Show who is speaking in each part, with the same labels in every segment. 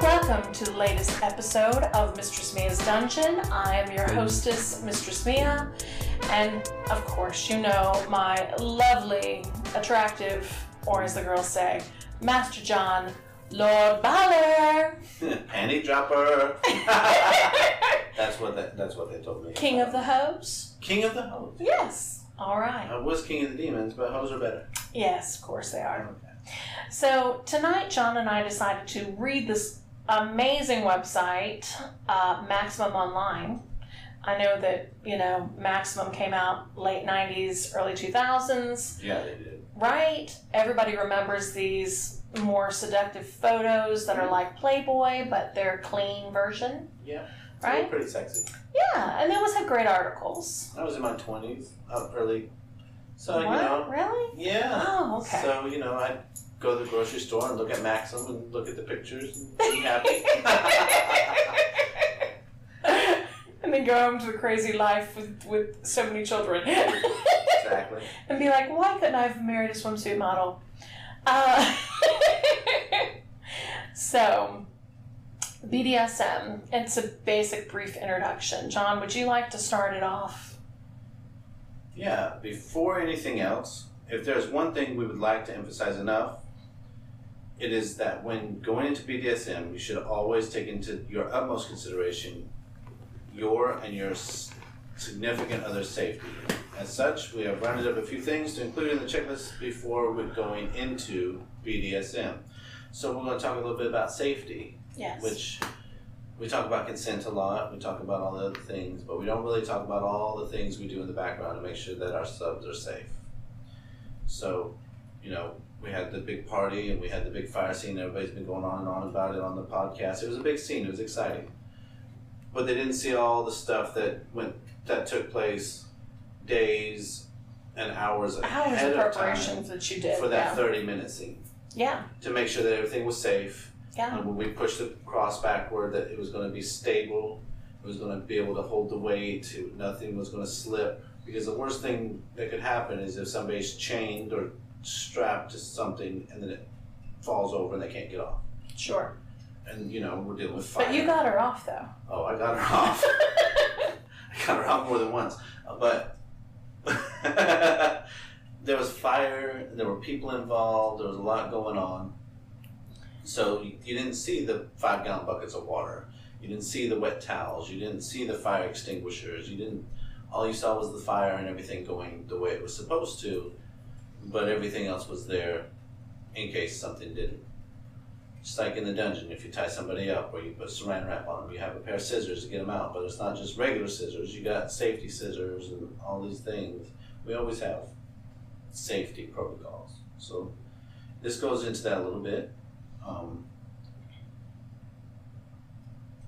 Speaker 1: Welcome to the latest episode of Mistress Mia's Dungeon. I am your hostess, Mistress Mia, and of course, you know my lovely, attractive, or as the girls say, Master John, Lord Baller,
Speaker 2: Panty dropper. that's what that, that's what they told me.
Speaker 1: King of the Hoes.
Speaker 2: King of the hoes.
Speaker 1: Yes. All right.
Speaker 2: I was king of the demons, but hoes are better.
Speaker 1: Yes, of course they are.
Speaker 2: Okay.
Speaker 1: So tonight, John and I decided to read this amazing website, uh, Maximum Online. I know that you know Maximum came out late '90s, early 2000s,
Speaker 2: Yeah, they did.
Speaker 1: right? Everybody remembers these more seductive photos that are like Playboy, but they're clean version,
Speaker 2: Yeah. They were
Speaker 1: right?
Speaker 2: Pretty sexy.
Speaker 1: Yeah, and they always have great articles.
Speaker 2: I was in my twenties, up early. So
Speaker 1: what?
Speaker 2: you know,
Speaker 1: Really?
Speaker 2: yeah.
Speaker 1: Oh, okay.
Speaker 2: So you know, I'd go to the grocery store and look at Maxim and look at the pictures and be happy.
Speaker 1: and then go home to the crazy life with, with so many children and
Speaker 2: exactly.
Speaker 1: be like, why couldn't I have married a swimsuit model? Uh, so, BDSM, it's a basic brief introduction. John, would you like to start it off?
Speaker 2: Yeah, before anything else, if there's one thing we would like to emphasize enough, it is that when going into BDSM, you should always take into your utmost consideration your and your s- significant other's safety. As such, we have rounded up a few things to include in the checklist before we're going into BDSM. So we're going to talk a little bit about safety
Speaker 1: Yes.
Speaker 2: which we talk about consent a lot. We talk about all the other things, but we don't really talk about all the things we do in the background to make sure that our subs are safe. So, you know, we had the big party and we had the big fire scene. Everybody's been going on and on about it on the podcast. It was a big scene. It was exciting, but they didn't see all the stuff that went that took place days and hours
Speaker 1: Hours
Speaker 2: ahead
Speaker 1: of
Speaker 2: of time
Speaker 1: preparations that you did.
Speaker 2: for that thirty minute scene
Speaker 1: yeah.
Speaker 2: to make sure that everything was safe.
Speaker 1: Yeah. Yeah.
Speaker 2: And when we pushed the cross backward, that it was going to be stable. It was going to be able to hold the weight. It, nothing was going to slip. Because the worst thing that could happen is if somebody's chained or strapped to something and then it falls over and they can't get off.
Speaker 1: Sure.
Speaker 2: And you know we're dealing with fire.
Speaker 1: But you got her off though.
Speaker 2: oh, I got her off. I got her off more than once. Uh, But there was fire, there were people involved, there was a lot going on. So you you didn't see the five gallon buckets of water. You didn't see the wet towels. You didn't see the fire extinguishers. You didn't. All you saw was the fire and everything going the way it was supposed to, but everything else was there in case something didn't. Just like in the dungeon, if you tie somebody up or you put saran wrap on them, you have a pair of scissors to get them out. But it's not just regular scissors. You got safety scissors and all these things. We always have safety protocols. So this goes into that a little bit. Um,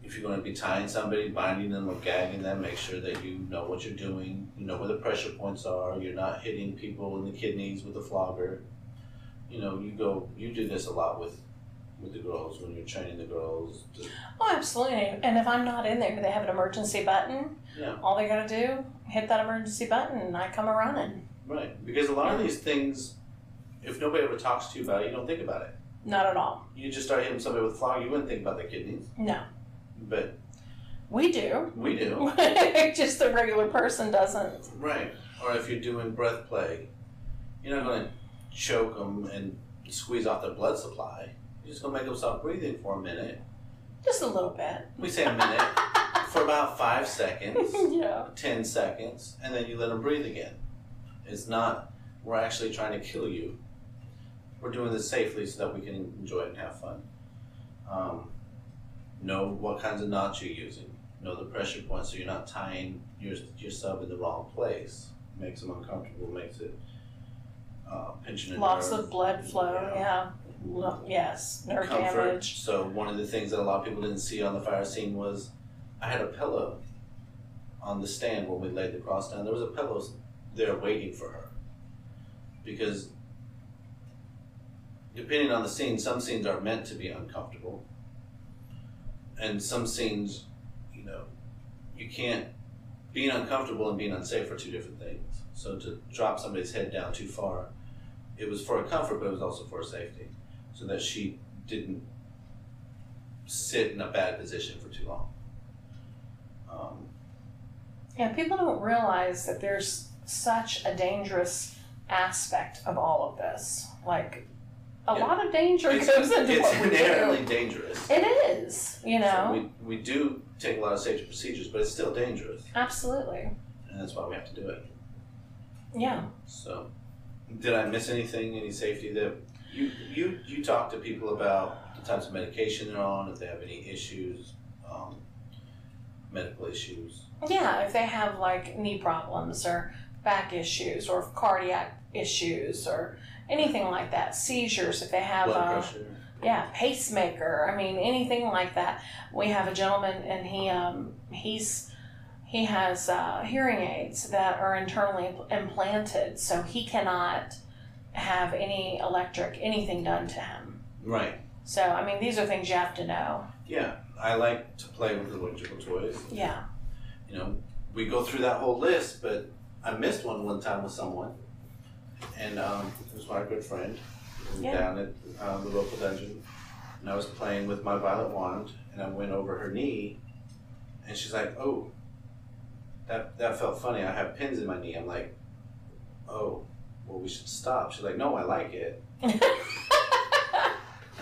Speaker 2: if you're going to be tying somebody, binding them, or gagging them, make sure that you know what you're doing. You know where the pressure points are. You're not hitting people in the kidneys with a flogger. You know, you go, you do this a lot with with the girls when you're training the girls. to-
Speaker 1: Oh, absolutely. And if I'm not in there, they have an emergency button.
Speaker 2: yeah,
Speaker 1: all they gotta do hit that emergency button and i come a running
Speaker 2: right. Because a lot of these things, if nobody ever talks to you about it, you don't think about it.
Speaker 1: not at all
Speaker 2: You just start hitting somebody with a flogger, you wouldn't think about the kidneys.
Speaker 1: no
Speaker 2: But
Speaker 1: we do
Speaker 2: we do.
Speaker 1: just the regular person doesn't
Speaker 2: Right. Or if you're doing breath play, you're not going to choke them and squeeze off their blood supply. You're just going to make them stop breathing for a minute.
Speaker 1: just a little bit
Speaker 2: We say a minute for about five seconds,
Speaker 1: yeah
Speaker 2: 10 seconds, and then you let them breathe again. It's not, we're actually trying to kill you. We're doing this safely so that we can enjoy it and have fun. Um, know what kinds of knots you're using. Know the pressure points so you're not tying your, your sub in the wrong place. Makes them uncomfortable, makes it uh, pinching a
Speaker 1: lots
Speaker 2: nerve.
Speaker 1: of blood flow
Speaker 2: Yeah.
Speaker 1: yeah, Lo- yes nerve
Speaker 2: comfort.
Speaker 1: damage
Speaker 2: So one of the things that a lot of people didn't see on the fire scene was I had a pillow on the stand when we laid the cross down. There was a pillow there waiting for her because depending on the scene, some scenes are meant to be uncomfortable, and some scenes, you know, you can't being uncomfortable and being unsafe are two different things. So to drop somebody's head down too far, it was for her comfort, but it was also for her safety, so that she didn't sit in a bad position for too long. Um,
Speaker 1: Yeah, people don't realize that there's such a dangerous aspect of all of this. Like, a
Speaker 2: Yeah.
Speaker 1: lot of danger
Speaker 2: it's
Speaker 1: goes into
Speaker 2: it's
Speaker 1: what we
Speaker 2: inherently
Speaker 1: do.
Speaker 2: dangerous.
Speaker 1: It is, you know,
Speaker 2: So we, we do take a lot of safety procedures, but it's still dangerous,
Speaker 1: absolutely.
Speaker 2: and that's why we have to do it.
Speaker 1: Yeah.
Speaker 2: So, did I miss anything? Any safety that you you you talk to people about the types of medication they're on, if they have any issues, um, medical issues.
Speaker 1: Yeah, if they have like knee problems or back issues or cardiac issues or anything like that, seizures, if they have
Speaker 2: blood
Speaker 1: uh,
Speaker 2: pressure.
Speaker 1: yeah pacemaker i mean anything like that we have a gentleman and he um he's he has uh, hearing aids that are internally impl- implanted so he cannot have any electric anything done to him
Speaker 2: Right.
Speaker 1: so i mean these are things you have to know
Speaker 2: Yeah. I like to play with electrical toys.
Speaker 1: yeah
Speaker 2: You know, we go through that whole list, but I missed one one time with someone, and um, it was my good friend who was
Speaker 1: Yeah.
Speaker 2: down at um, the local dungeon, and I was playing with my violet wand, and I went over her knee, and she's like, "Oh, that that felt funny. I have pins in my knee." I'm like, "Oh, well, we should stop." She's like, "No, I like it." I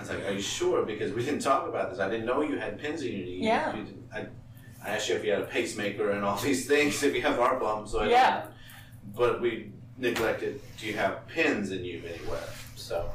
Speaker 2: was like, "Are you sure?" Because we didn't talk about this. I didn't know you had pins in your knee.
Speaker 1: Yeah.
Speaker 2: You didn't- I, I asked you if you had a pacemaker and all these things. If you have heart problems, so I
Speaker 1: Yeah.
Speaker 2: didn't. But we neglected. Do you have pins in you anywhere? So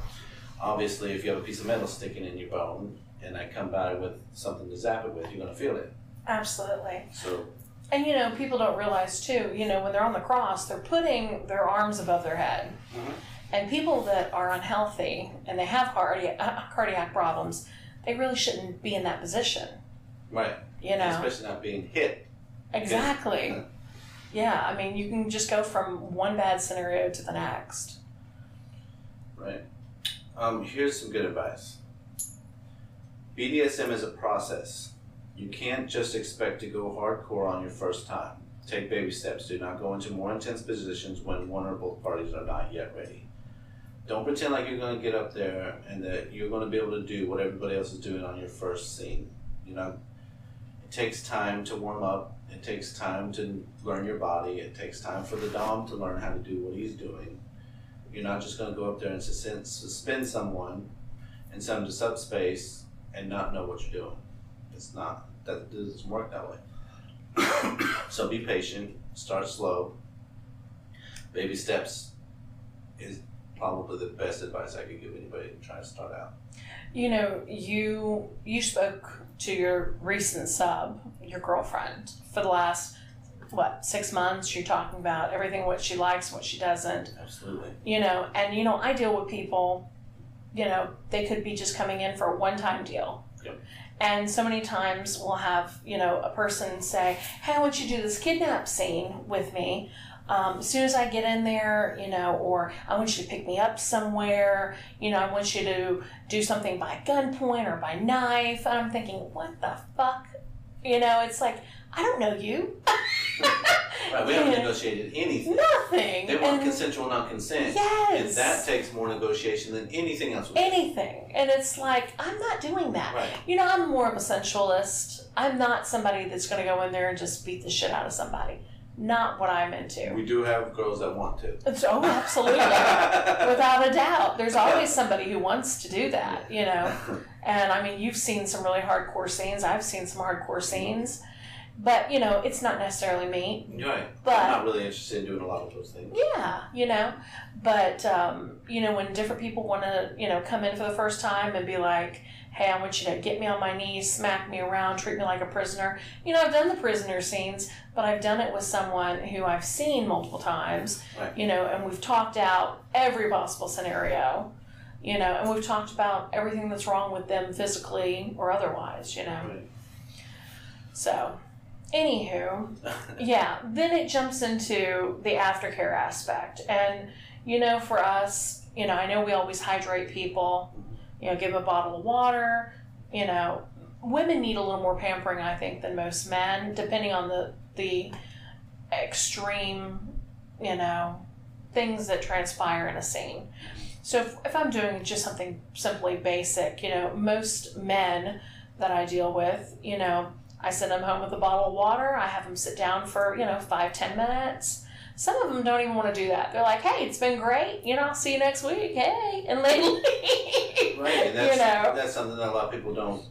Speaker 2: obviously, if you have a piece of metal sticking in your bone, and I come by with something to zap it with, you're gonna feel it.
Speaker 1: absolutely
Speaker 2: So
Speaker 1: and you know people don't realize too you know when they're on the cross they're putting their arms above their head
Speaker 2: Mhm.
Speaker 1: and people that are unhealthy and they have cardiac, uh, cardiac problems they really shouldn't be in that position
Speaker 2: right,
Speaker 1: you know
Speaker 2: especially not being hit.
Speaker 1: exactly yeah i mean you can just go from one bad scenario to the next
Speaker 2: Right. Um, here's some good advice. BDSM is a process. You can't just expect to go hardcore on your first time. Take baby steps. Do not go into more intense positions when one or both parties are not yet ready. Don't pretend like you're going to get up there and that you're going to be able to do what everybody else is doing on your first scene. You know, it takes time to warm up. It takes time to learn your body. It takes time for the dom to learn how to do what he's doing. You're not just going to go up there and suspend, suspend someone and send them to subspace and not know what you're doing. It's not that it doesn't work that way. so be patient. Start slow. Baby steps is probably the best advice I could give anybody trying to start out.
Speaker 1: you know you you spoke to your recent sub your girlfriend for the last what six months you're talking about everything what she likes what she doesn't
Speaker 2: Absolutely.
Speaker 1: you know and you know i deal with people you know they could be just coming in for a one-time deal
Speaker 2: Yep.
Speaker 1: and so many times we'll have you know a person say hey i want you to do this kidnap scene with me um, as soon as i get in there you know or i want you to pick me up somewhere you know i want you to do something by gunpoint or by knife and i'm thinking what the fuck you know it's like i don't know you
Speaker 2: Right, we haven't negotiated anything.
Speaker 1: nothing
Speaker 2: They want
Speaker 1: And-
Speaker 2: consensual non-consent.
Speaker 1: yes
Speaker 2: And that takes more negotiation than anything else. we do.
Speaker 1: anything. And it's like, I'm not doing that.
Speaker 2: Right.
Speaker 1: You know, I'm more of a sensualist. I'm not somebody that's going to go in there and just beat the shit out of somebody. Not what I'm into.
Speaker 2: We do have girls that want to.
Speaker 1: It's, oh, absolutely. Without a doubt. There's always somebody who wants to do that, you know? And I mean, you've seen some really hardcore scenes. I've seen some hardcore scenes. But, you know, it's not necessarily me.
Speaker 2: You're right.
Speaker 1: But-
Speaker 2: I'm not really interested in doing a lot of those things.
Speaker 1: Yeah, you know, but um, you know when different people want to, you know, come in for the first time and be like, "Hey, I want you to get me on my knees, smack me around, treat me like a prisoner." You know, I've done the prisoner scenes, but I've done it with someone who I've seen multiple times.
Speaker 2: Right.
Speaker 1: You know, and we've talked out every possible scenario. You know, and we've talked about everything that's wrong with them physically or otherwise. You know,
Speaker 2: Right.
Speaker 1: so anywho, yeah then it jumps into the aftercare aspect and you know for us you know i know we always hydrate people you know give 'em a bottle of water you know women need a little more pampering i think than most men depending on the the extreme, you know, things that transpire in a scene. So if, if I'm doing just something simply basic, you know, most men that I deal with, you know, I send them home with a bottle of water. I have them sit down for, you know, five, ten minutes. Some of them don't even want to do that. They're like, hey, it's been great. You know, I'll see you next week. Hey. And they leave.
Speaker 2: Right, and
Speaker 1: You
Speaker 2: that's
Speaker 1: know.
Speaker 2: that's something that a lot of people don't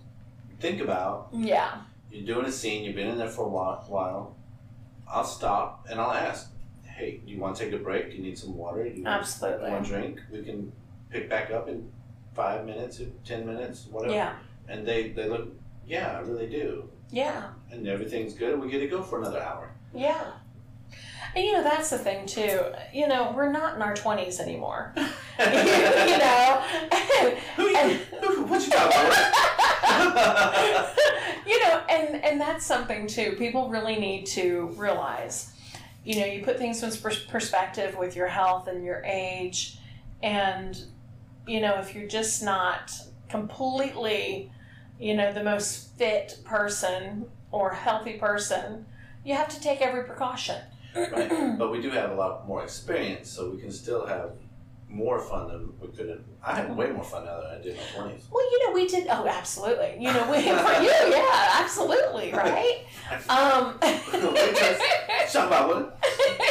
Speaker 2: think about.
Speaker 1: Yeah.
Speaker 2: You're doing a scene. You've been in there for a while. while. I'll stop and I'll ask, "Hey, do you want to take a break? Do you need some water? Do you want
Speaker 1: Absolutely.
Speaker 2: one drink? We can pick back up in five minutes, ten minutes, whatever."
Speaker 1: Yeah.
Speaker 2: And they they look, "Yeah, I really do."
Speaker 1: Yeah.
Speaker 2: And everything's good, and we get to go for another hour.
Speaker 1: Yeah. And you know, that's the thing too. You know, we're not in our 20s anymore. you know?
Speaker 2: Who you? Who, what you got, Bert?
Speaker 1: you know, and and that's something too. People really need to realize, you know, you put things in pers- perspective with your health and your age, and you know, if you're just not completely, you know, the most fit person or healthy person, you have to take every precaution.
Speaker 2: Right. But we do have a lot more experience, so we can still have more fun than we could have. I had way more fun now than I did in my twenties.
Speaker 1: Well, you know, we did. Oh, absolutely. You know, we, for you, yeah, absolutely, right? Um,
Speaker 2: Shut up, woman.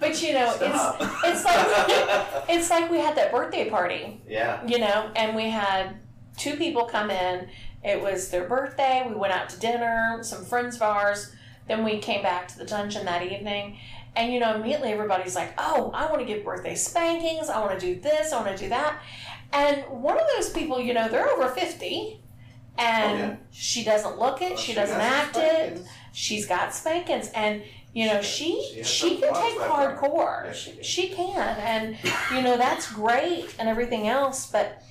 Speaker 1: but you know, it's
Speaker 2: Stop.
Speaker 1: it's like- it's like we had that birthday party,
Speaker 2: yeah.
Speaker 1: you know, and we had two people come in. It was their birthday. We went out to dinner, some friends of ours. Then we came back to the dungeon that evening. And you know, immediately everybody's like, oh, I want to give birthday spankings. I want to do this. I want to do that. And one of those people, you know, they're over 50 and
Speaker 2: Oh, yeah.
Speaker 1: she doesn't look it.
Speaker 2: Well,
Speaker 1: she doesn't
Speaker 2: got
Speaker 1: act
Speaker 2: some
Speaker 1: it.
Speaker 2: spankings.
Speaker 1: She's got spankings. And, you know,
Speaker 2: She-
Speaker 1: she,
Speaker 2: she
Speaker 1: she
Speaker 2: has some
Speaker 1: can
Speaker 2: flaws
Speaker 1: take
Speaker 2: like that.
Speaker 1: hardcore.
Speaker 2: Yeah,
Speaker 1: she,
Speaker 2: she
Speaker 1: can.
Speaker 2: can.
Speaker 1: And, you know, that's great and everything else. But,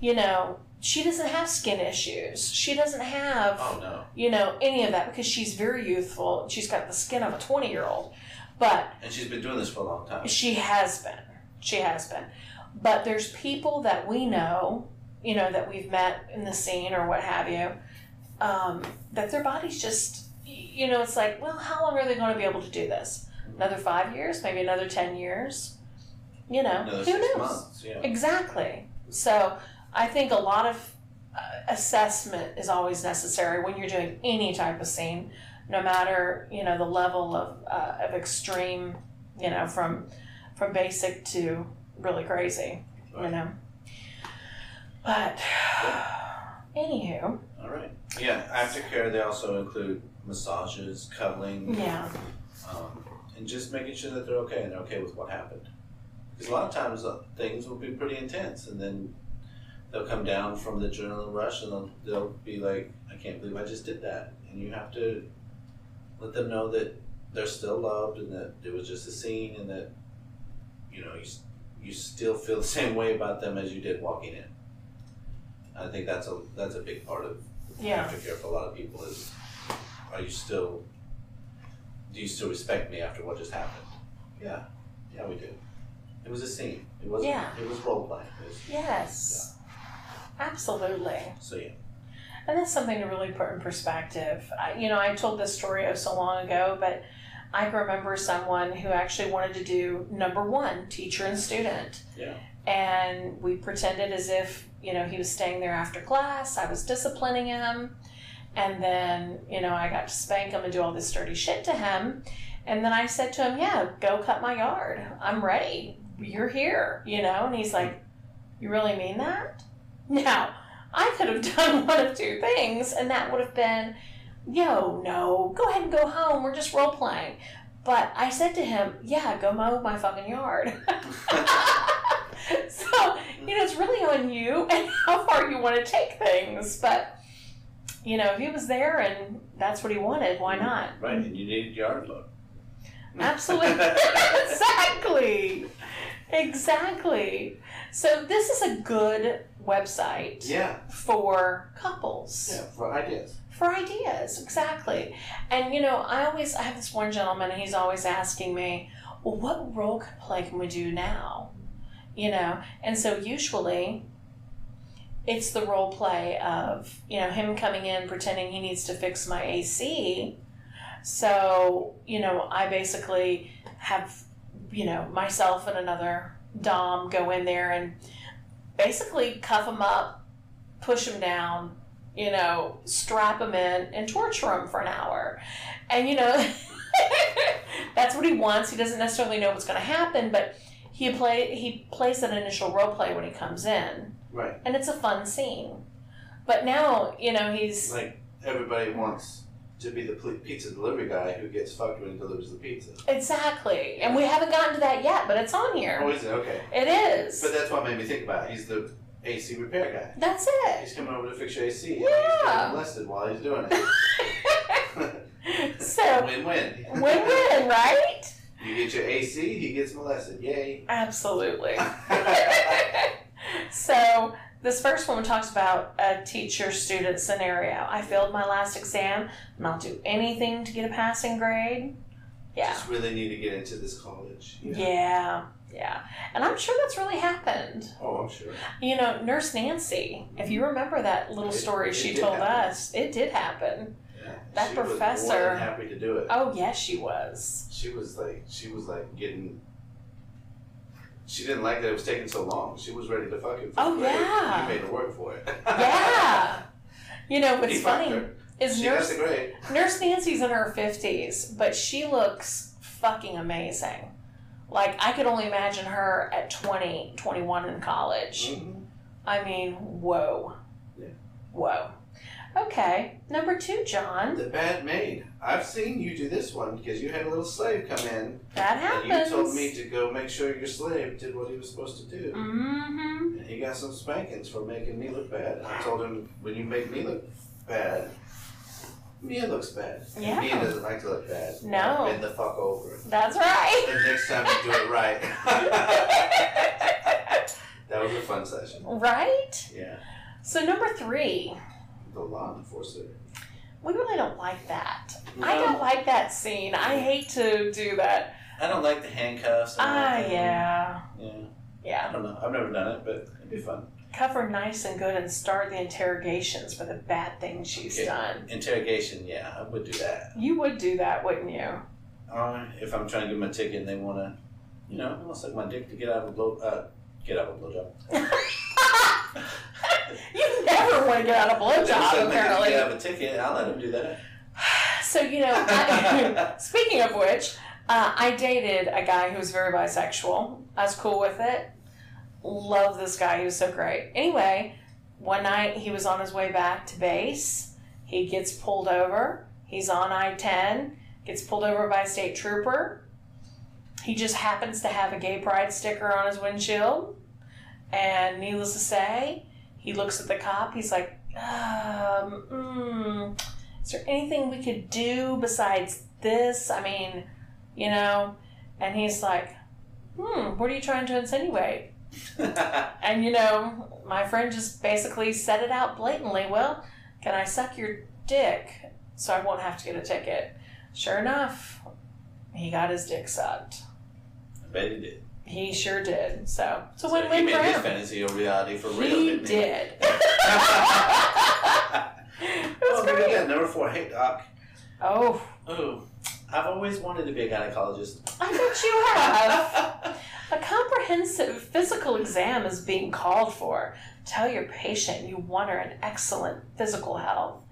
Speaker 1: you know, she doesn't have skin issues. She doesn't have
Speaker 2: Oh no.
Speaker 1: you know, any of that because she's very youthful. She's got the skin of a 20 year old, but
Speaker 2: And she's been doing this for a long time.
Speaker 1: she has been. She has been. But there's people that we know, you know, that we've met in the scene or what have you, um, that their bodies just, you know, it's like, well, how long are they going to be able to do this? Another five years, maybe another 10 years? You know,
Speaker 2: Another
Speaker 1: who
Speaker 2: six
Speaker 1: knows?
Speaker 2: months. Yeah.
Speaker 1: Exactly. So I think a lot of uh, assessment is always necessary when you're doing any type of scene, no matter you know the level of uh, of extreme, you know from from basic to really crazy, you know. But anywho,
Speaker 2: All right. Yeah. Aftercare. They also include massages, cuddling,
Speaker 1: yeah,
Speaker 2: um, and just making sure that they're okay and they're okay with what happened. Because a lot of times uh, things will be pretty intense, and then they'll come down from the adrenaline rush, and they'll, they'll be like, "I can't believe I just did that." And you have to let them know that they're still loved, and that it was just a scene, and that you know you s- you still feel the same way about them as you did walking in. I think that's a that's a big part of
Speaker 1: yeah,
Speaker 2: aftercare for a lot of people is are you still do you still respect me after what just happened yeah yeah we do it was a scene it was
Speaker 1: Yeah.
Speaker 2: it was role playing It was-
Speaker 1: yes, absolutely.
Speaker 2: so yeah
Speaker 1: And that's something to really put in perspective. I, you know, I told this story oh so long ago, but I can remember someone who actually wanted to do number one, teacher and student.
Speaker 2: Yeah.
Speaker 1: And we pretended as if, you know, he was staying there after class, I was disciplining him. And then, you know, I got to spank him and do all this dirty shit to him. And then I said to him, Yeah, go cut my yard. I'm ready. You're here, you know? And he's like, You really mean that? No. I could have done one of two things, and that would have been, yo, no, go ahead and go home. We're just role playing. But I said to him, yeah, go mow my fucking yard. so, you know, it's really on you and how far you want to take things. But, you know, if he was there and that's what he wanted, why not?
Speaker 2: right and you needed yard love
Speaker 1: Absolutely. exactly. Exactly. So, this is a good website
Speaker 2: yeah
Speaker 1: for couples
Speaker 2: yeah for ideas
Speaker 1: for ideas exactly and you know i always i have this one gentleman and he's always asking me well what role can play can we do now you know and so usually it's the role play of you know him coming in pretending he needs to fix my ac So, you know, I basically have, you know, myself and another Dom go in there and basically cuff them up, push them down, you know, strap them in, and torture them for an hour. And, you know, that's what he wants. He doesn't necessarily know what's going to happen, but he play he plays that initial role play when he comes in,
Speaker 2: Right.
Speaker 1: and it's a fun scene. But now, you know, he's
Speaker 2: Like everybody wants to be the pl- pizza delivery guy who gets fucked when he delivers the pizza.
Speaker 1: Exactly. And we haven't gotten to that yet, but it's on
Speaker 2: Oh,
Speaker 1: here.
Speaker 2: is it okay?
Speaker 1: It is.
Speaker 2: But that's what made me think about. It. He's the AC repair
Speaker 1: That's
Speaker 2: guy.
Speaker 1: it.
Speaker 2: He's coming over to fix your AC. and He's
Speaker 1: Yeah.
Speaker 2: getting molested while he's doing it.
Speaker 1: So,
Speaker 2: Win-win.
Speaker 1: win win, right?
Speaker 2: You get your AC, he gets molested. Yay.
Speaker 1: Absolutely. so, this first one talks about a teacher student scenario. I failed my last exam, and I'll do anything to get a passing grade. Yeah.
Speaker 2: Just really need to get into this college. you know?
Speaker 1: Yeah. Yeah. And I'm sure that's really happened.
Speaker 2: Oh, I'm sure.
Speaker 1: You know, Nurse Nancy, if you remember that little
Speaker 2: It-
Speaker 1: story
Speaker 2: it
Speaker 1: she
Speaker 2: did
Speaker 1: told
Speaker 2: happen.
Speaker 1: us, it did happen.
Speaker 2: Yeah.
Speaker 1: That
Speaker 2: she was more
Speaker 1: professor-
Speaker 2: than happy to do it.
Speaker 1: Oh, yes, she was.
Speaker 2: She was like, she was like getting. She didn't like that it was taking so long. She was ready to fucking.
Speaker 1: Oh, yeah.
Speaker 2: You made her work for it.
Speaker 1: Yeah. You know
Speaker 2: He
Speaker 1: what's
Speaker 2: fucked
Speaker 1: funny
Speaker 2: her.
Speaker 1: is
Speaker 2: She
Speaker 1: Nurse
Speaker 2: got the grade.
Speaker 1: Nurse Nancy's in her fifties, but she looks fucking amazing. Like I could only imagine her at 20, 21 in college.
Speaker 2: Mhm.
Speaker 1: I mean, whoa.
Speaker 2: Yeah.
Speaker 1: Whoa. Okay. Number two, John.
Speaker 2: The bad maid. I've seen you do this one because you had a little slave come in
Speaker 1: That
Speaker 2: and
Speaker 1: happens.
Speaker 2: you told me to go make sure your slave did what he was supposed to do.
Speaker 1: Mm-hmm.
Speaker 2: And he got some spankings for making me look bad. And I told him, when you make me look bad, Mia looks bad. And
Speaker 1: Yeah.
Speaker 2: Mia doesn't like to look bad.
Speaker 1: No.
Speaker 2: Bend the fuck over.
Speaker 1: That's right.
Speaker 2: And next time you do it right. that was a fun session.
Speaker 1: Right?
Speaker 2: Yeah.
Speaker 1: So number three.
Speaker 2: The law enforcer.
Speaker 1: We really don't like that. I don't like that scene. I hate to do that.
Speaker 2: Um, I don't like the handcuffs. and
Speaker 1: Ah,
Speaker 2: everything.
Speaker 1: yeah.
Speaker 2: Yeah.
Speaker 1: Yeah.
Speaker 2: I don't know. I've never done it, but it'd be fun.
Speaker 1: Cover nice and good and start the interrogations for the bad things she's
Speaker 2: Yeah.
Speaker 1: done.
Speaker 2: Interrogation, yeah, I would do that.
Speaker 1: You would do that, wouldn't you?
Speaker 2: Or if I'm trying to give them a ticket and they want to, you know, I suck my dick to get out of a blow, uh, get out of a blowjob.
Speaker 1: You never want to get out a blowjob,
Speaker 2: If
Speaker 1: apparently.
Speaker 2: have a ticket, I'll let him do that.
Speaker 1: So, you know, I, speaking of which, uh, I dated a guy who was very bisexual. I was cool with it. Love this guy. He was so great. Anyway, one night he was on his way back to base. He gets pulled over. He's on I 10, gets pulled over by a state trooper. He just happens to have a gay pride sticker on his windshield. And needless to say, he looks at the cop. He's like, um, mm, is there anything we could do besides this? I mean, you know? And he's like, hmm, what are you trying to insinuate? And you know, my friend just basically said it out blatantly. Well, can I suck your dick so I won't have to get a ticket? Sure enough, he got his dick sucked.
Speaker 2: I bet he did.
Speaker 1: He sure did. So it's a
Speaker 2: So
Speaker 1: win-win
Speaker 2: he
Speaker 1: for
Speaker 2: made his
Speaker 1: him.
Speaker 2: fantasy a reality for real,
Speaker 1: He
Speaker 2: didn't
Speaker 1: did.
Speaker 2: he?
Speaker 1: That's
Speaker 2: oh, maybe
Speaker 1: great.
Speaker 2: that number four. Hey, Doc.
Speaker 1: Oh,
Speaker 2: Oh, I've always wanted to be a gynecologist.
Speaker 1: I bet you have. A comprehensive physical exam is being called for. Tell your patient you want her in excellent physical health.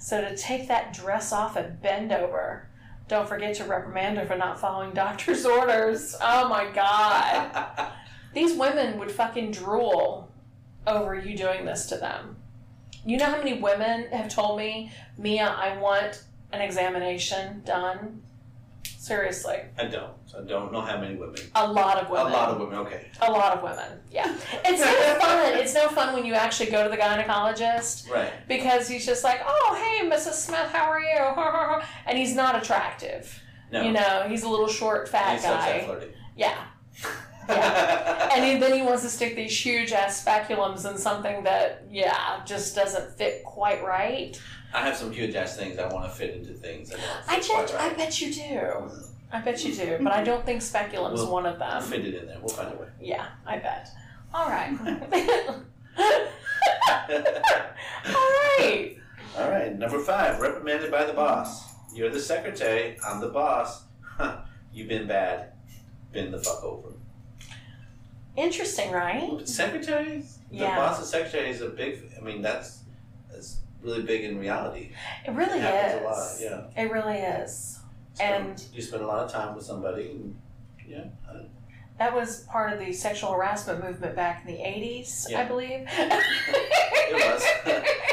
Speaker 1: So to take that dress off and bend over. Don't forget to reprimand her for not following doctor's orders. Oh my god. These women would fucking drool over you doing this to them. You know how many women have told me, Mia, I want an examination done? Seriously.
Speaker 2: I don't. I don't know how many women.
Speaker 1: A lot of women.
Speaker 2: A lot of women. Okay.
Speaker 1: A lot of women. Yeah. It's no fun. It's no fun when you actually go to the gynecologist
Speaker 2: Right.
Speaker 1: because he's just like, oh, hey, Mrs. Smith, how are you? And he's not attractive.
Speaker 2: No.
Speaker 1: You know, he's a little short, fat
Speaker 2: He's
Speaker 1: guy.
Speaker 2: upset flirting.
Speaker 1: Yeah. And he, then he wants to stick these huge ass speculums in something that, yeah, just doesn't fit quite right.
Speaker 2: I have some huge ass things I want to fit into things. that don't
Speaker 1: I
Speaker 2: fit quite
Speaker 1: just, I
Speaker 2: right.
Speaker 1: bet you do. I bet you do, but I don't think speculum's
Speaker 2: Well,
Speaker 1: one of
Speaker 2: I'll
Speaker 1: them.
Speaker 2: fit it in there. We'll find a way.
Speaker 1: Yeah, I bet. All right. All right.
Speaker 2: All right. Number five. Reprimanded by the boss. You're the secretary. I'm the boss. You've been bad. Been the fuck over.
Speaker 1: Interesting, right?
Speaker 2: But secretaries,
Speaker 1: Yeah.
Speaker 2: the boss of secretary is a big. I mean, that's that's really big in reality.
Speaker 1: It really is.
Speaker 2: it happens a lot. Yeah.
Speaker 1: It really is.
Speaker 2: So
Speaker 1: And-
Speaker 2: you spend a lot of time with somebody. And, yeah. I-
Speaker 1: That was part of the sexual harassment movement back in the 80s, I
Speaker 2: Yeah.
Speaker 1: believe.
Speaker 2: It was.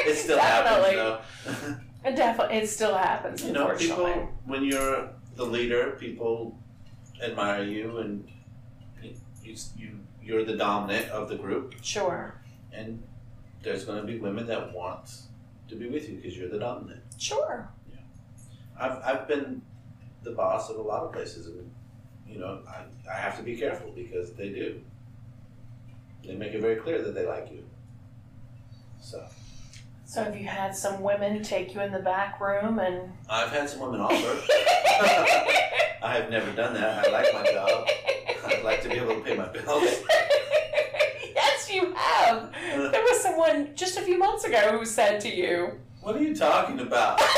Speaker 2: it still
Speaker 1: Definitely.
Speaker 2: happens though.
Speaker 1: It definitely, it still happens,
Speaker 2: you know,
Speaker 1: unfortunately.
Speaker 2: people when you're the leader, people admire you, and you, you you- you're the dominant of the group,
Speaker 1: Sure.
Speaker 2: and there's going to be women that want to be with you because you're the dominant.
Speaker 1: Sure.
Speaker 2: I've I've been the boss of a lot of places, and you know, I I have to be careful because they do. They make it very clear that they like you. So.
Speaker 1: So have you had some women take you in the back room and
Speaker 2: I've had some women offer. I have never done that. I like my job. I'd like to be able to pay my bills.
Speaker 1: yes, you have. There was someone just a few months ago who said to you,
Speaker 2: What are you talking about?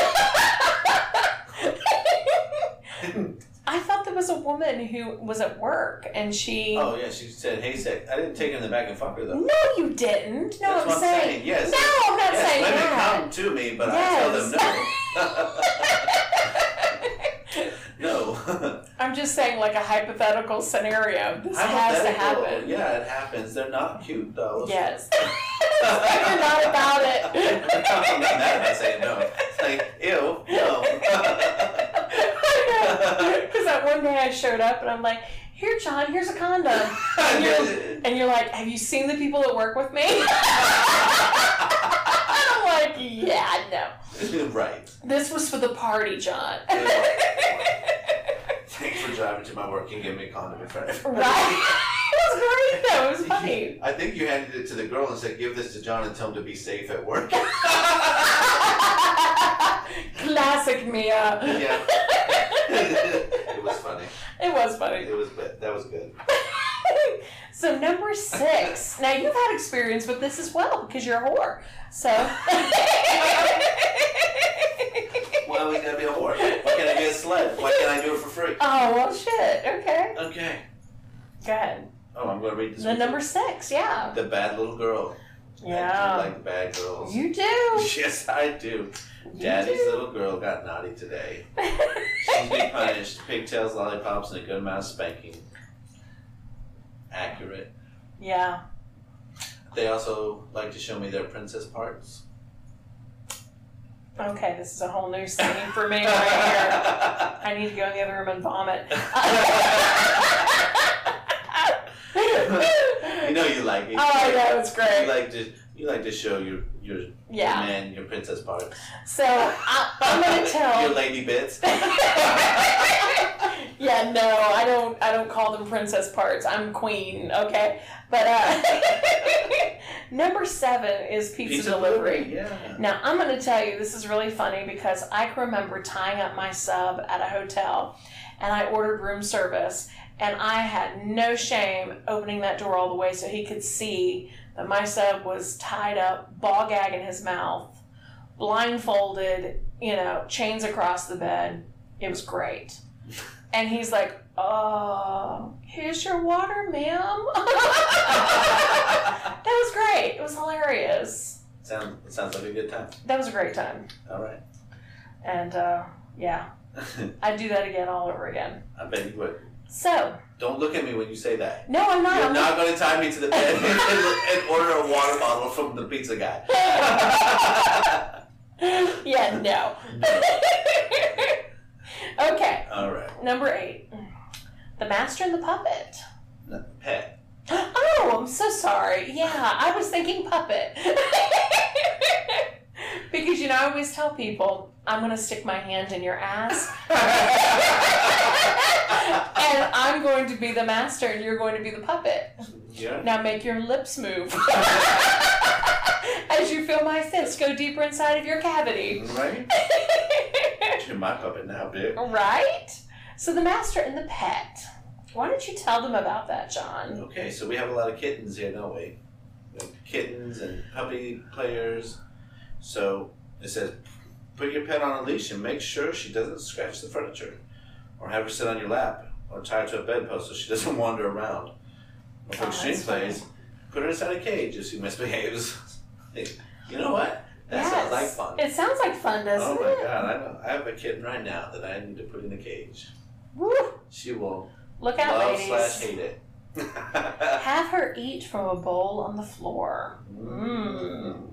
Speaker 1: I thought there was a woman who was at work and she.
Speaker 2: oh yeah, she said, "Hey, sec." I didn't take her in the back and fuck her though.
Speaker 1: No, you didn't. No,
Speaker 2: That's
Speaker 1: I'm
Speaker 2: what I'm
Speaker 1: saying.
Speaker 2: saying. Yes.
Speaker 1: No, I'm not
Speaker 2: yes,
Speaker 1: saying
Speaker 2: women
Speaker 1: that.
Speaker 2: come to me, but I tell them no. no.
Speaker 1: I'm just saying, like a hypothetical scenario. This has to
Speaker 2: Hypothetical.
Speaker 1: happen.
Speaker 2: Yeah, it happens. They're not cute though.
Speaker 1: Yes. You're not about it.
Speaker 2: I'm not mad about saying no. It's like, ew, no.
Speaker 1: Because that one day I showed up and I'm like, here, John, here's a condom. And you're, and you're like, have you seen the people that work with me? I'm like, yeah, no.
Speaker 2: right.
Speaker 1: This was for the party, John.
Speaker 2: Thanks for driving to my work and giving me a condom in front of everybody.
Speaker 1: right? It was great, though. It was funny.
Speaker 2: I think you handed it to the girl and said, "Give this to John and tell him to be safe at work."
Speaker 1: Classic Mia.
Speaker 2: yeah, it was funny.
Speaker 1: It was funny.
Speaker 2: It was but that was good.
Speaker 1: so number six. Now you've had experience with this as well because you're a whore. So.
Speaker 2: Why always gotta be a whore? Why can't I be a slut? Why can't I do it for free?
Speaker 1: oh well, shit. Okay.
Speaker 2: Okay.
Speaker 1: Go ahead.
Speaker 2: Oh, I'm gonna read this.
Speaker 1: The
Speaker 2: one.
Speaker 1: number six. Yeah.
Speaker 2: The bad little girl. I do
Speaker 1: Yeah.
Speaker 2: like bad girls.
Speaker 1: You do.
Speaker 2: Yes, I do.
Speaker 1: You
Speaker 2: Daddy's
Speaker 1: do.
Speaker 2: little girl got naughty today. She's been punished. Pigtails, lollipops, and a good amount of spanking. Accurate.
Speaker 1: yeah.
Speaker 2: They also like to show me their princess parts.
Speaker 1: Okay. This is a whole new scene for me right here. I need to go in the other room and vomit.
Speaker 2: you know you like it.
Speaker 1: Oh, I know, it's great.
Speaker 2: You like to you like to show your your
Speaker 1: yeah.
Speaker 2: man your princess parts.
Speaker 1: So I, I'm gonna
Speaker 2: your
Speaker 1: tell.
Speaker 2: lady bits.
Speaker 1: yeah, no, I don't. I don't call them princess parts. I'm queen. Okay, but uh, number seven is pizza, delivery.
Speaker 2: Yeah.
Speaker 1: Now, I'm going to tell you, this is really funny because I can remember tying up my sub at a hotel and I ordered room service, and I had no shame opening that door all the way so he could see that my sub was tied up, ball gag in his mouth, blindfolded, you know, chains across the bed. It was great. And he's like, Oh, here's your water, ma'am. that was great. It was hilarious
Speaker 2: sounds it sounds like a good time.
Speaker 1: that was a great time
Speaker 2: All right.
Speaker 1: and uh, yeah i'd do that again all over again
Speaker 2: I bet you would.
Speaker 1: so
Speaker 2: Don't look at me when you say that.
Speaker 1: no i'm not,
Speaker 2: You're
Speaker 1: I'm
Speaker 2: not going to tie me to the bed and, and order a water bottle from the pizza guy.
Speaker 1: yeah no okay
Speaker 2: All right.
Speaker 1: number eight the master and the puppet
Speaker 2: No, Pet.
Speaker 1: oh i'm so sorry yeah i was thinking puppet because you know i always tell people i'm going to stick my hand in your ass and i'm going to be the master and you're going to be the puppet
Speaker 2: yeah.
Speaker 1: Now make your lips move. As you feel my fist go deeper inside of your cavity.
Speaker 2: Right? You're my puppet now, bitch.
Speaker 1: right? So the master and the pet. Why don't you tell them about that, John?
Speaker 2: Okay, so we have a lot of kittens here, don't we? We have Kittens and puppy players. So it says put your pet on a leash and make sure she doesn't scratch the furniture, or have her sit on your lap, or tie her to a bedpost so she doesn't wander around. Or if
Speaker 1: Oh,
Speaker 2: extreme
Speaker 1: that's funny.
Speaker 2: plays, put her inside a cage if she misbehaves. you know what? That sounds like fun.
Speaker 1: It sounds like fun, doesn't
Speaker 2: oh my
Speaker 1: it?
Speaker 2: god, I, know. I have a kitten right now that I need to put in a cage.
Speaker 1: Woo.
Speaker 2: She will
Speaker 1: Look out,
Speaker 2: love
Speaker 1: ladies.
Speaker 2: slash hate it.
Speaker 1: Have her eat from a bowl on the floor. Mm.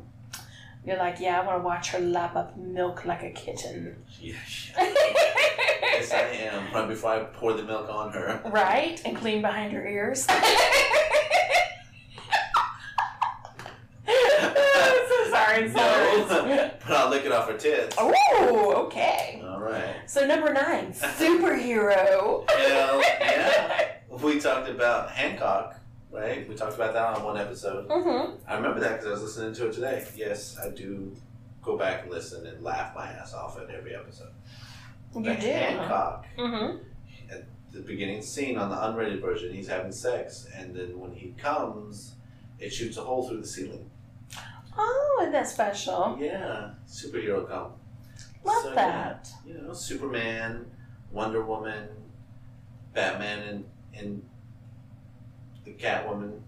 Speaker 1: You're like, yeah, I want to watch her lap up milk like a kitten.
Speaker 2: Yes, yes, I am. Right before I pour the milk on her.
Speaker 1: right? And clean behind her ears. I'm so sorry, sorry.
Speaker 2: No, but I'll lick it off her tits.
Speaker 1: Oh, okay.
Speaker 2: All right.
Speaker 1: So number nine, superhero.
Speaker 2: Hell yeah. We talked about Hancock, right? We talked about that on one episode.
Speaker 1: Mm-hmm.
Speaker 2: I remember that because I was listening to it today. Yes, I do go back and listen and laugh my ass off at every episode.
Speaker 1: You
Speaker 2: But
Speaker 1: do.
Speaker 2: Hancock,
Speaker 1: Mm-hmm.
Speaker 2: the beginning scene on the unrated version, he's having sex, and then when he comes, it shoots a hole through the ceiling.
Speaker 1: Oh, isn't that special?
Speaker 2: Yeah, superhero come.
Speaker 1: Love
Speaker 2: So, yeah.
Speaker 1: that.
Speaker 2: you know, Superman, Wonder Woman, Batman, and and the Catwoman.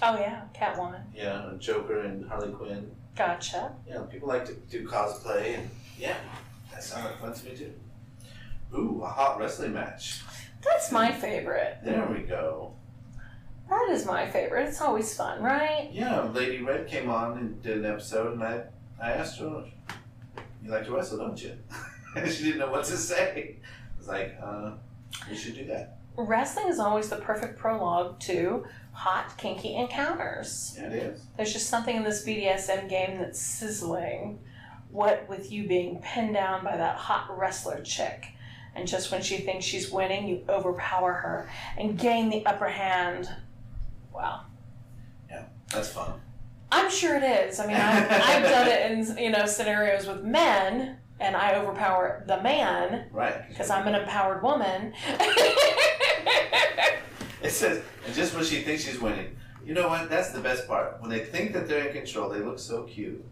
Speaker 1: Oh yeah, Catwoman.
Speaker 2: Yeah, and Joker and Harley Quinn.
Speaker 1: Gotcha.
Speaker 2: You know, people like to do cosplay, and yeah, that sounds like fun to me too. Ooh, a hot wrestling match.
Speaker 1: That's my favorite.
Speaker 2: There we go.
Speaker 1: That is my favorite. It's always fun, right?
Speaker 2: Yeah, Lady Red came on and did an episode, and I, I asked her, "You like to wrestle, don't you?" And she didn't know what to say. I was like, uh, "We should do that."
Speaker 1: Wrestling is always the perfect prologue to hot, kinky encounters.
Speaker 2: Yeah, it is.
Speaker 1: There's just something in this BDSM game that's sizzling. What with you being pinned down by that hot wrestler chick. And just when she thinks she's winning, you overpower her and gain the upper hand. Wow.
Speaker 2: That's fun.
Speaker 1: I'm sure it is. I mean, I've, I've done it in you know scenarios with men, and I overpower the man
Speaker 2: Right.
Speaker 1: because I'm an empowered woman.
Speaker 2: It says, and just when she thinks she's winning, you know what? That's the best part. When they think that they're in control, they look so cute.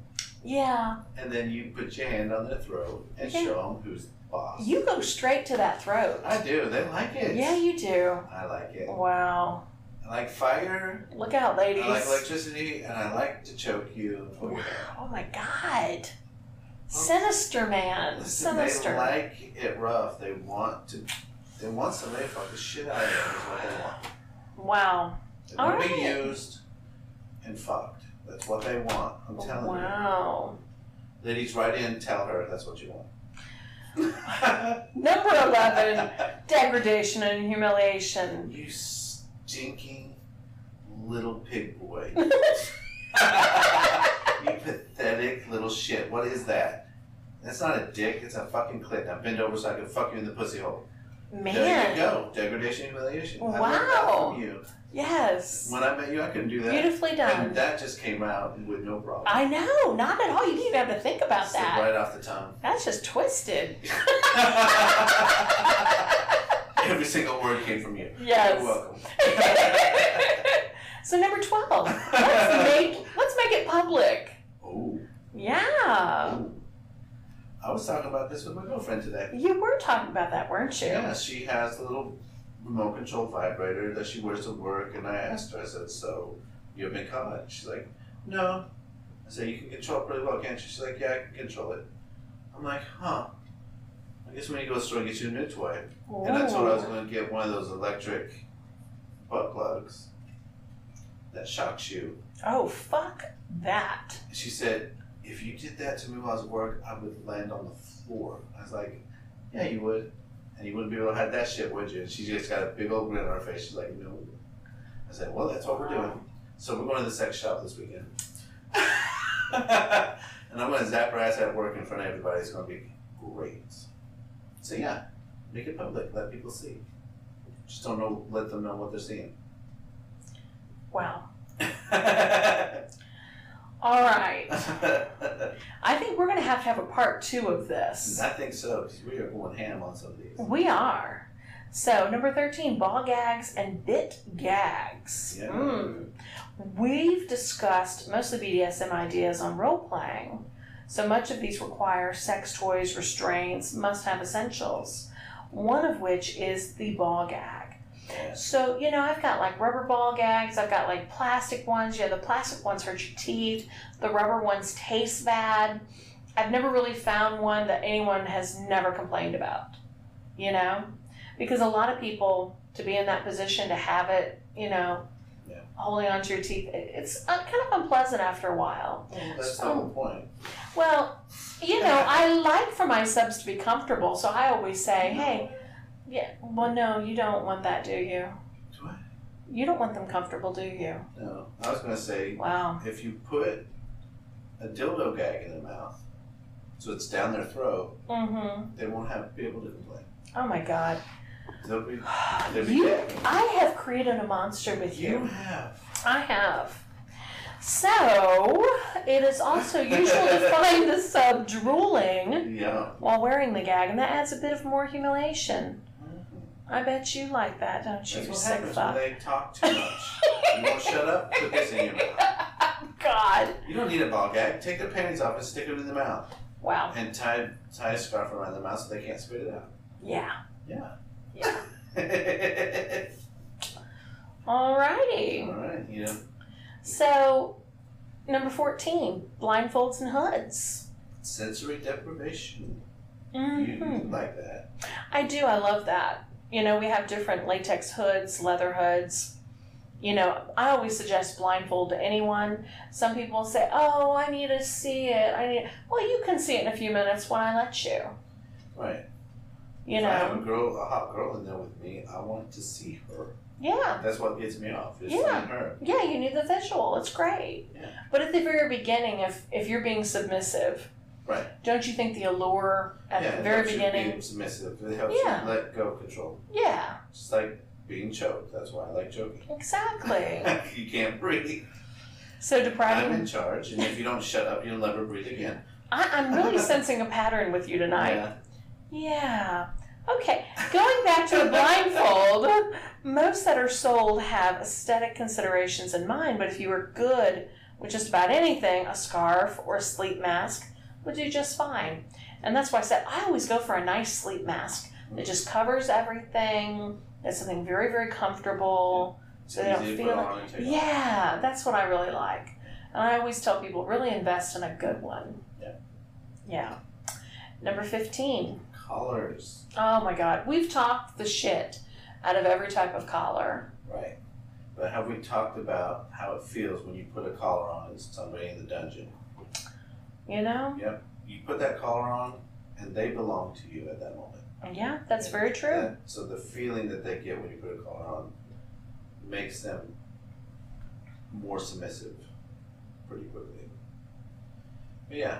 Speaker 1: yeah,
Speaker 2: And then you put your hand on their throat and
Speaker 1: Yeah.
Speaker 2: show 'em show them who's boss.
Speaker 1: you go straight to that throat.
Speaker 2: I do. They like it.
Speaker 1: Yeah, you do.
Speaker 2: I like it.
Speaker 1: Wow,
Speaker 2: I like fire.
Speaker 1: look out, ladies!
Speaker 2: I like electricity, and I like to choke you.
Speaker 1: wow, oh my god, sinister man,
Speaker 2: Listen, they
Speaker 1: sinister.
Speaker 2: like it rough. They want to. They want somebody to fuck the shit out of them. Is what they want.
Speaker 1: Wow,
Speaker 2: They want to be
Speaker 1: Alright.
Speaker 2: used and fucked. That's what they want. I'm telling you.
Speaker 1: wow.
Speaker 2: Ladies, write in, tell her that's what you want.
Speaker 1: Number eleven: degradation and humiliation.
Speaker 2: you stinking little pig boy. you pathetic little shit. What is that? That's not a dick, it's a fucking clit. Now bend over so I can fuck you in the pussy hole. There you
Speaker 1: Man,
Speaker 2: go. Degradation, humiliation. I learned that
Speaker 1: Wow.
Speaker 2: from you.
Speaker 1: yes.
Speaker 2: When I met you, I couldn't do that.
Speaker 1: Beautifully
Speaker 2: And
Speaker 1: done.
Speaker 2: that just came out with no problem.
Speaker 1: I know, not at all. You didn't even have to think about
Speaker 2: Slid
Speaker 1: that.
Speaker 2: right off the tongue.
Speaker 1: That's just twisted.
Speaker 2: Every single word came from you. You're
Speaker 1: Yes.
Speaker 2: welcome.
Speaker 1: so number twelve. Let's make let's make it public.
Speaker 2: Oh,
Speaker 1: Yeah.
Speaker 2: I was talking about this with my girlfriend today.
Speaker 1: You were talking about that, weren't you?
Speaker 2: Yeah, she has a little remote control vibrator that she wears to work, and I asked her, I said, "So you've been caught?" She's like, "No." I said, "You can control it pretty well, can't you?" She's like, "Yeah, I can control it." I'm like, "Huh." I guess we need to go to the store and get you a new toy. And I told her I was
Speaker 1: Ooh.
Speaker 2: going to get one of those electric butt plugs that shocks you.
Speaker 1: Oh fuck that.
Speaker 2: She said, if you did that to me while I was at work, I would land on the floor. I was like, yeah, you would. And you wouldn't be able to hide that shit, would you? And she just got a big old grin on her face. She's like, no. I said, well, that's what we're doing. So we're going to the sex shop this weekend. and I'm going to zap her ass at work in front of everybody. It's going to be great. So yeah, make it public. Let people see. Just don't know, let them know what they're seeing.
Speaker 1: Wow. All right.
Speaker 2: I
Speaker 1: I think we're gonna have to have a part two of this.
Speaker 2: think so, because we are going ham on some of these.
Speaker 1: We are. So number thirteen, ball gags and bit gags. Hmm.
Speaker 2: Yeah.
Speaker 1: Mm. We've discussed mostly BDSM ideas on role playing. So much of these require sex toys, restraints, must have essentials, one of which is the ball gag.
Speaker 2: Yes.
Speaker 1: So, you know, I've got like rubber ball gags, I've got like plastic ones. Yeah, the plastic ones hurt your teeth, the rubber ones taste bad. I've never really found one that anyone has never complained about, you know? Because a lot of people, to be in that position, to have it, you know,
Speaker 2: Yeah.
Speaker 1: holding onto your teeth, it- it's uh, kind of unpleasant after a while.
Speaker 2: That's the whole point.
Speaker 1: Well, you know, I like for my subs to be comfortable, so I always say, hey, yeah, well, no, you don't want that, do you?
Speaker 2: Do I?
Speaker 1: You don't want them comfortable, do you?
Speaker 2: No. I was gonna say
Speaker 1: Wow.
Speaker 2: if you put a dildo gag in their mouth, so it's down their throat,
Speaker 1: Mm-hmm.
Speaker 2: they won't have be able to complain.
Speaker 1: Oh my God.
Speaker 2: They'll be they'll be
Speaker 1: You,
Speaker 2: gagging.
Speaker 1: I have created a monster with
Speaker 2: You
Speaker 1: you.
Speaker 2: have.
Speaker 1: I have. So it is also usual to find the sub drooling
Speaker 2: Yeah.
Speaker 1: while wearing the gag, and that adds a bit of more humiliation. I bet you like that, don't you,
Speaker 2: That's
Speaker 1: you
Speaker 2: what
Speaker 1: sick
Speaker 2: happens when
Speaker 1: fuck?
Speaker 2: they talk too much. you won't shut up, put this in your mouth.
Speaker 1: God.
Speaker 2: You don't need a ball gag. Take their panties off and stick them in the mouth.
Speaker 1: Wow.
Speaker 2: And tie tie a scarf around their mouth so they can't spit it out.
Speaker 1: Yeah.
Speaker 2: Yeah.
Speaker 1: Yeah.
Speaker 2: Alright,
Speaker 1: Alrighty.
Speaker 2: you know.
Speaker 1: So, number 14 blindfolds and hoods.
Speaker 2: Sensory deprivation. You
Speaker 1: hmm
Speaker 2: like that.
Speaker 1: I do. I love that. You know, we have different latex hoods, leather hoods. You know, I always suggest blindfold to anyone. Some people say, "Oh, I need to see it. I need." Well, you can see it in a few minutes when I let you.
Speaker 2: Right.
Speaker 1: You
Speaker 2: if I have a
Speaker 1: know.
Speaker 2: girl a hot girl in there with me, I want to see her.
Speaker 1: Yeah.
Speaker 2: That's what gets me off. Is
Speaker 1: Yeah.
Speaker 2: seeing her.
Speaker 1: Yeah, you need the visual. It's great.
Speaker 2: Yeah.
Speaker 1: But at the very beginning, if if you're being submissive,
Speaker 2: Right.
Speaker 1: Don't you think the allure at
Speaker 2: yeah,
Speaker 1: the
Speaker 2: it
Speaker 1: very
Speaker 2: helps you
Speaker 1: beginning?
Speaker 2: Be submissive. It helps
Speaker 1: Yeah.
Speaker 2: you let go of control.
Speaker 1: Yeah,
Speaker 2: Just like being choked. That's why I like choking.
Speaker 1: exactly.
Speaker 2: you can't breathe.
Speaker 1: so
Speaker 2: I'm in
Speaker 1: depriving.
Speaker 2: charge, and if you don't shut up, you'll never breathe again.
Speaker 1: I, I'm really sensing a pattern with you tonight.
Speaker 2: Yeah.
Speaker 1: Yeah. Okay. Going back to the blindfold, most that are sold have aesthetic considerations in mind, but if you are good with just about anything, a scarf or a sleep mask would do just fine. And that's why I said I always go for a nice sleep mask that just covers everything. It's something very, very comfortable.
Speaker 2: It's
Speaker 1: So they don't
Speaker 2: easy to
Speaker 1: feel
Speaker 2: put
Speaker 1: it.
Speaker 2: on and take off.
Speaker 1: Yeah, that's what I really like. And I always tell people really invest in a good one.
Speaker 2: Yeah.
Speaker 1: Yeah. Number 15.
Speaker 2: Collars.
Speaker 1: Oh my god, we've talked the shit out of every type of collar.
Speaker 2: Right. But have we talked about how it feels when you put a collar on somebody in the dungeon?
Speaker 1: You know?
Speaker 2: You put that collar on, and they belong to you at that moment.
Speaker 1: Yeah, that's very true.
Speaker 2: Yeah, so the feeling that they get when you put a collar on makes them more submissive pretty quickly. But yeah,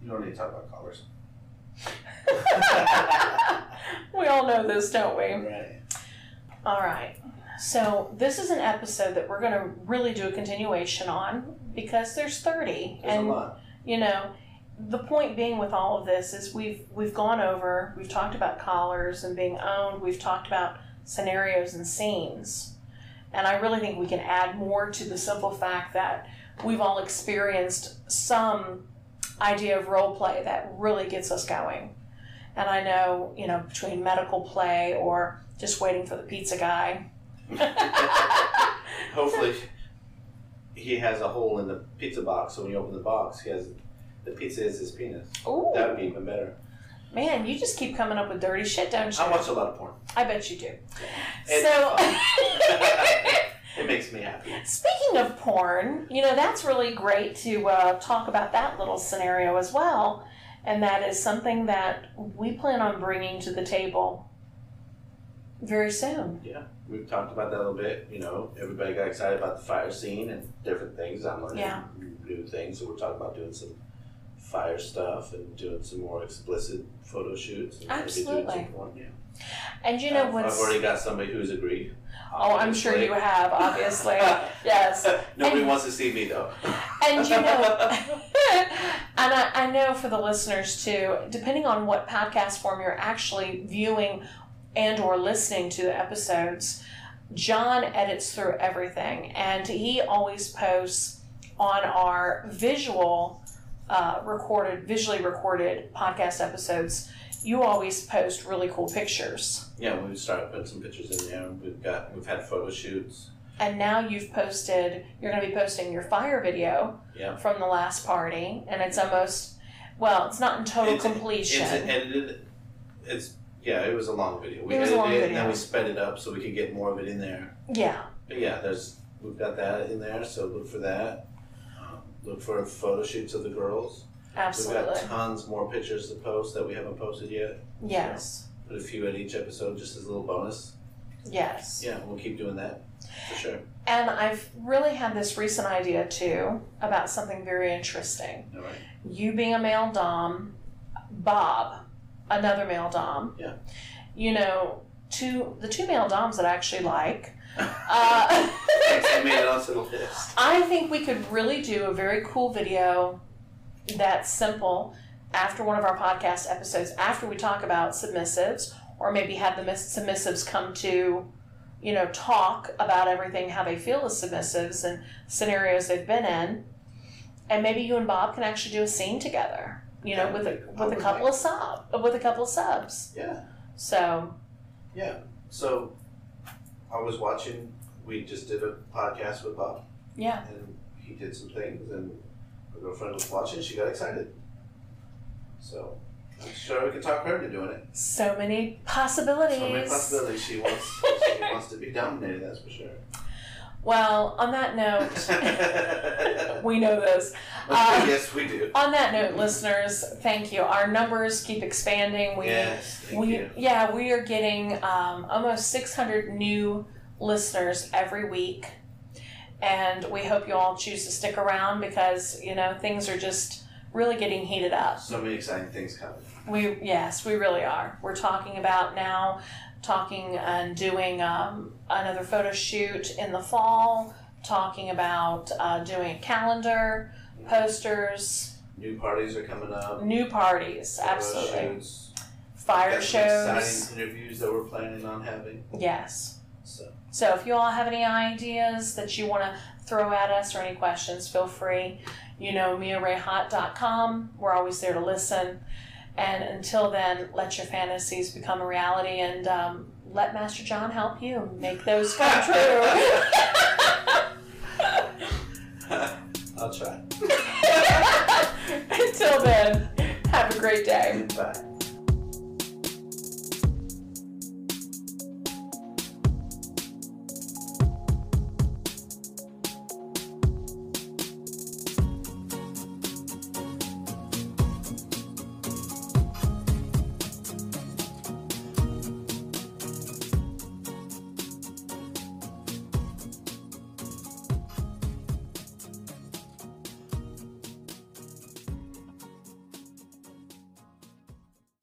Speaker 2: you don't need to talk about collars.
Speaker 1: we all know this, don't we?
Speaker 2: right.
Speaker 1: All right. So, this is an episode that we're going to really do a continuation on because there's 30
Speaker 2: There's
Speaker 1: and
Speaker 2: a lot.
Speaker 1: you know, the point being with all of this is we've we've gone over, we've talked about collars and being owned, we've talked about scenarios and scenes. And I really think we can add more to the simple fact that we've all experienced some idea of role play that really gets us going. And I know, you know, between medical play or just waiting for the pizza guy.
Speaker 2: Hopefully, he has a hole in the pizza box, so when you open the box, he has the pizza is his penis.
Speaker 1: Ooh,
Speaker 2: That would be even better.
Speaker 1: man, you just keep coming up with dirty shit, don't you?
Speaker 2: I watch a lot of porn.
Speaker 1: I bet you do.
Speaker 2: It's
Speaker 1: so,
Speaker 2: It makes me happy.
Speaker 1: speaking of porn, you know, that's really great to uh, talk about that little scenario as well. And that is something that we plan on bringing to the table very soon.
Speaker 2: Yeah, we've talked about that a little bit. You know, everybody got excited about the fire scene and different things. I'm learning
Speaker 1: Yeah.
Speaker 2: new things, so we're talking about doing some fire stuff and doing some more explicit photo shoots. And maybe Doing
Speaker 1: Absolutely.
Speaker 2: some porn, yeah.
Speaker 1: And you know
Speaker 2: I've, I've
Speaker 1: what's.
Speaker 2: already got somebody who's agreed.
Speaker 1: Oh, I'm sure you have, obviously. yes.
Speaker 2: Nobody
Speaker 1: And-
Speaker 2: wants to see me though.
Speaker 1: And you know, and I, I know for the listeners too, depending on what podcast form you're actually viewing and or listening to the episodes, John edits through everything, and he always posts on our visual uh, recorded, visually recorded podcast episodes, you always post really cool pictures.
Speaker 2: Yeah, we started putting some pictures in there. We've got we've had photo shoots.
Speaker 1: And now you've posted, you're going to be posting your fire video
Speaker 2: Yeah.
Speaker 1: from the last party, and it's almost, well, it's not in total
Speaker 2: It's-
Speaker 1: completion.
Speaker 2: It's edited. It's yeah. It was a long video. We
Speaker 1: It was a
Speaker 2: edited
Speaker 1: long
Speaker 2: it and then
Speaker 1: video.
Speaker 2: we sped it up so we could get more of it in there.
Speaker 1: yeah,
Speaker 2: But yeah, there's we've got that in there. So look for that. Um, Look for photo shoots of the girls. We've
Speaker 1: absolutely.
Speaker 2: got tons more pictures to post that we haven't posted yet.
Speaker 1: Yes,
Speaker 2: Put a few at each episode just as a little bonus.
Speaker 1: yes.
Speaker 2: Yeah, we'll keep doing that for sure.
Speaker 1: And I've really had this recent idea too about something very interesting.
Speaker 2: All right.
Speaker 1: you being a male dom, Bob, another male dom.
Speaker 2: Yeah.
Speaker 1: You know, two the two male doms that I actually like. Uh,
Speaker 2: Thanks, I made it onto the list.
Speaker 1: I think we could really do a very cool video that's simple after one of our podcast episodes, after we talk about submissives, or maybe have the mis- submissives come to, you know, talk about everything, how they feel as submissives and scenarios they've been in. And maybe you and Bob can actually do a scene together, you know,
Speaker 2: Yeah,
Speaker 1: with a,
Speaker 2: I
Speaker 1: with a
Speaker 2: would
Speaker 1: couple of sub, with a couple of subs.
Speaker 2: Yeah.
Speaker 1: So,
Speaker 2: Yeah. So I was watching. We just did a podcast with Bob,
Speaker 1: yeah.
Speaker 2: and he did some things, and my girlfriend was watching. She got excited. So I'm sure we can talk her into doing it.
Speaker 1: So many
Speaker 2: So many possibilities. She wants. she wants to be dominated. That's for sure. Uh,
Speaker 1: Well, on that note, we know this. Uh,
Speaker 2: yes, we do.
Speaker 1: On that note, listeners, thank you. Our numbers keep expanding. We,
Speaker 2: yes, thank
Speaker 1: we
Speaker 2: you.
Speaker 1: yeah, we are getting um, almost 600 new listeners every week, and we hope you all choose to stick around because you know things are just really getting heated up.
Speaker 2: So many exciting things coming.
Speaker 1: We yes, we really are. We're talking about now, talking and doing um, another photo shoot in the fall. Talking about uh, doing a calendar, posters,
Speaker 2: New parties are coming up.
Speaker 1: new parties.
Speaker 2: photo
Speaker 1: Absolutely.
Speaker 2: Shoots.
Speaker 1: fire
Speaker 2: Got some
Speaker 1: shows.
Speaker 2: Exciting interviews that we're planning on having.
Speaker 1: Yes.
Speaker 2: So
Speaker 1: So if you all have any ideas that you want to throw at us or any questions, feel free. You know, MiaRayHot.com. We're always there to listen. And until then, let your fantasies become a reality and um, let Master John help you make those come true.
Speaker 2: I'll try.
Speaker 1: until then, have a great day.
Speaker 2: Bye.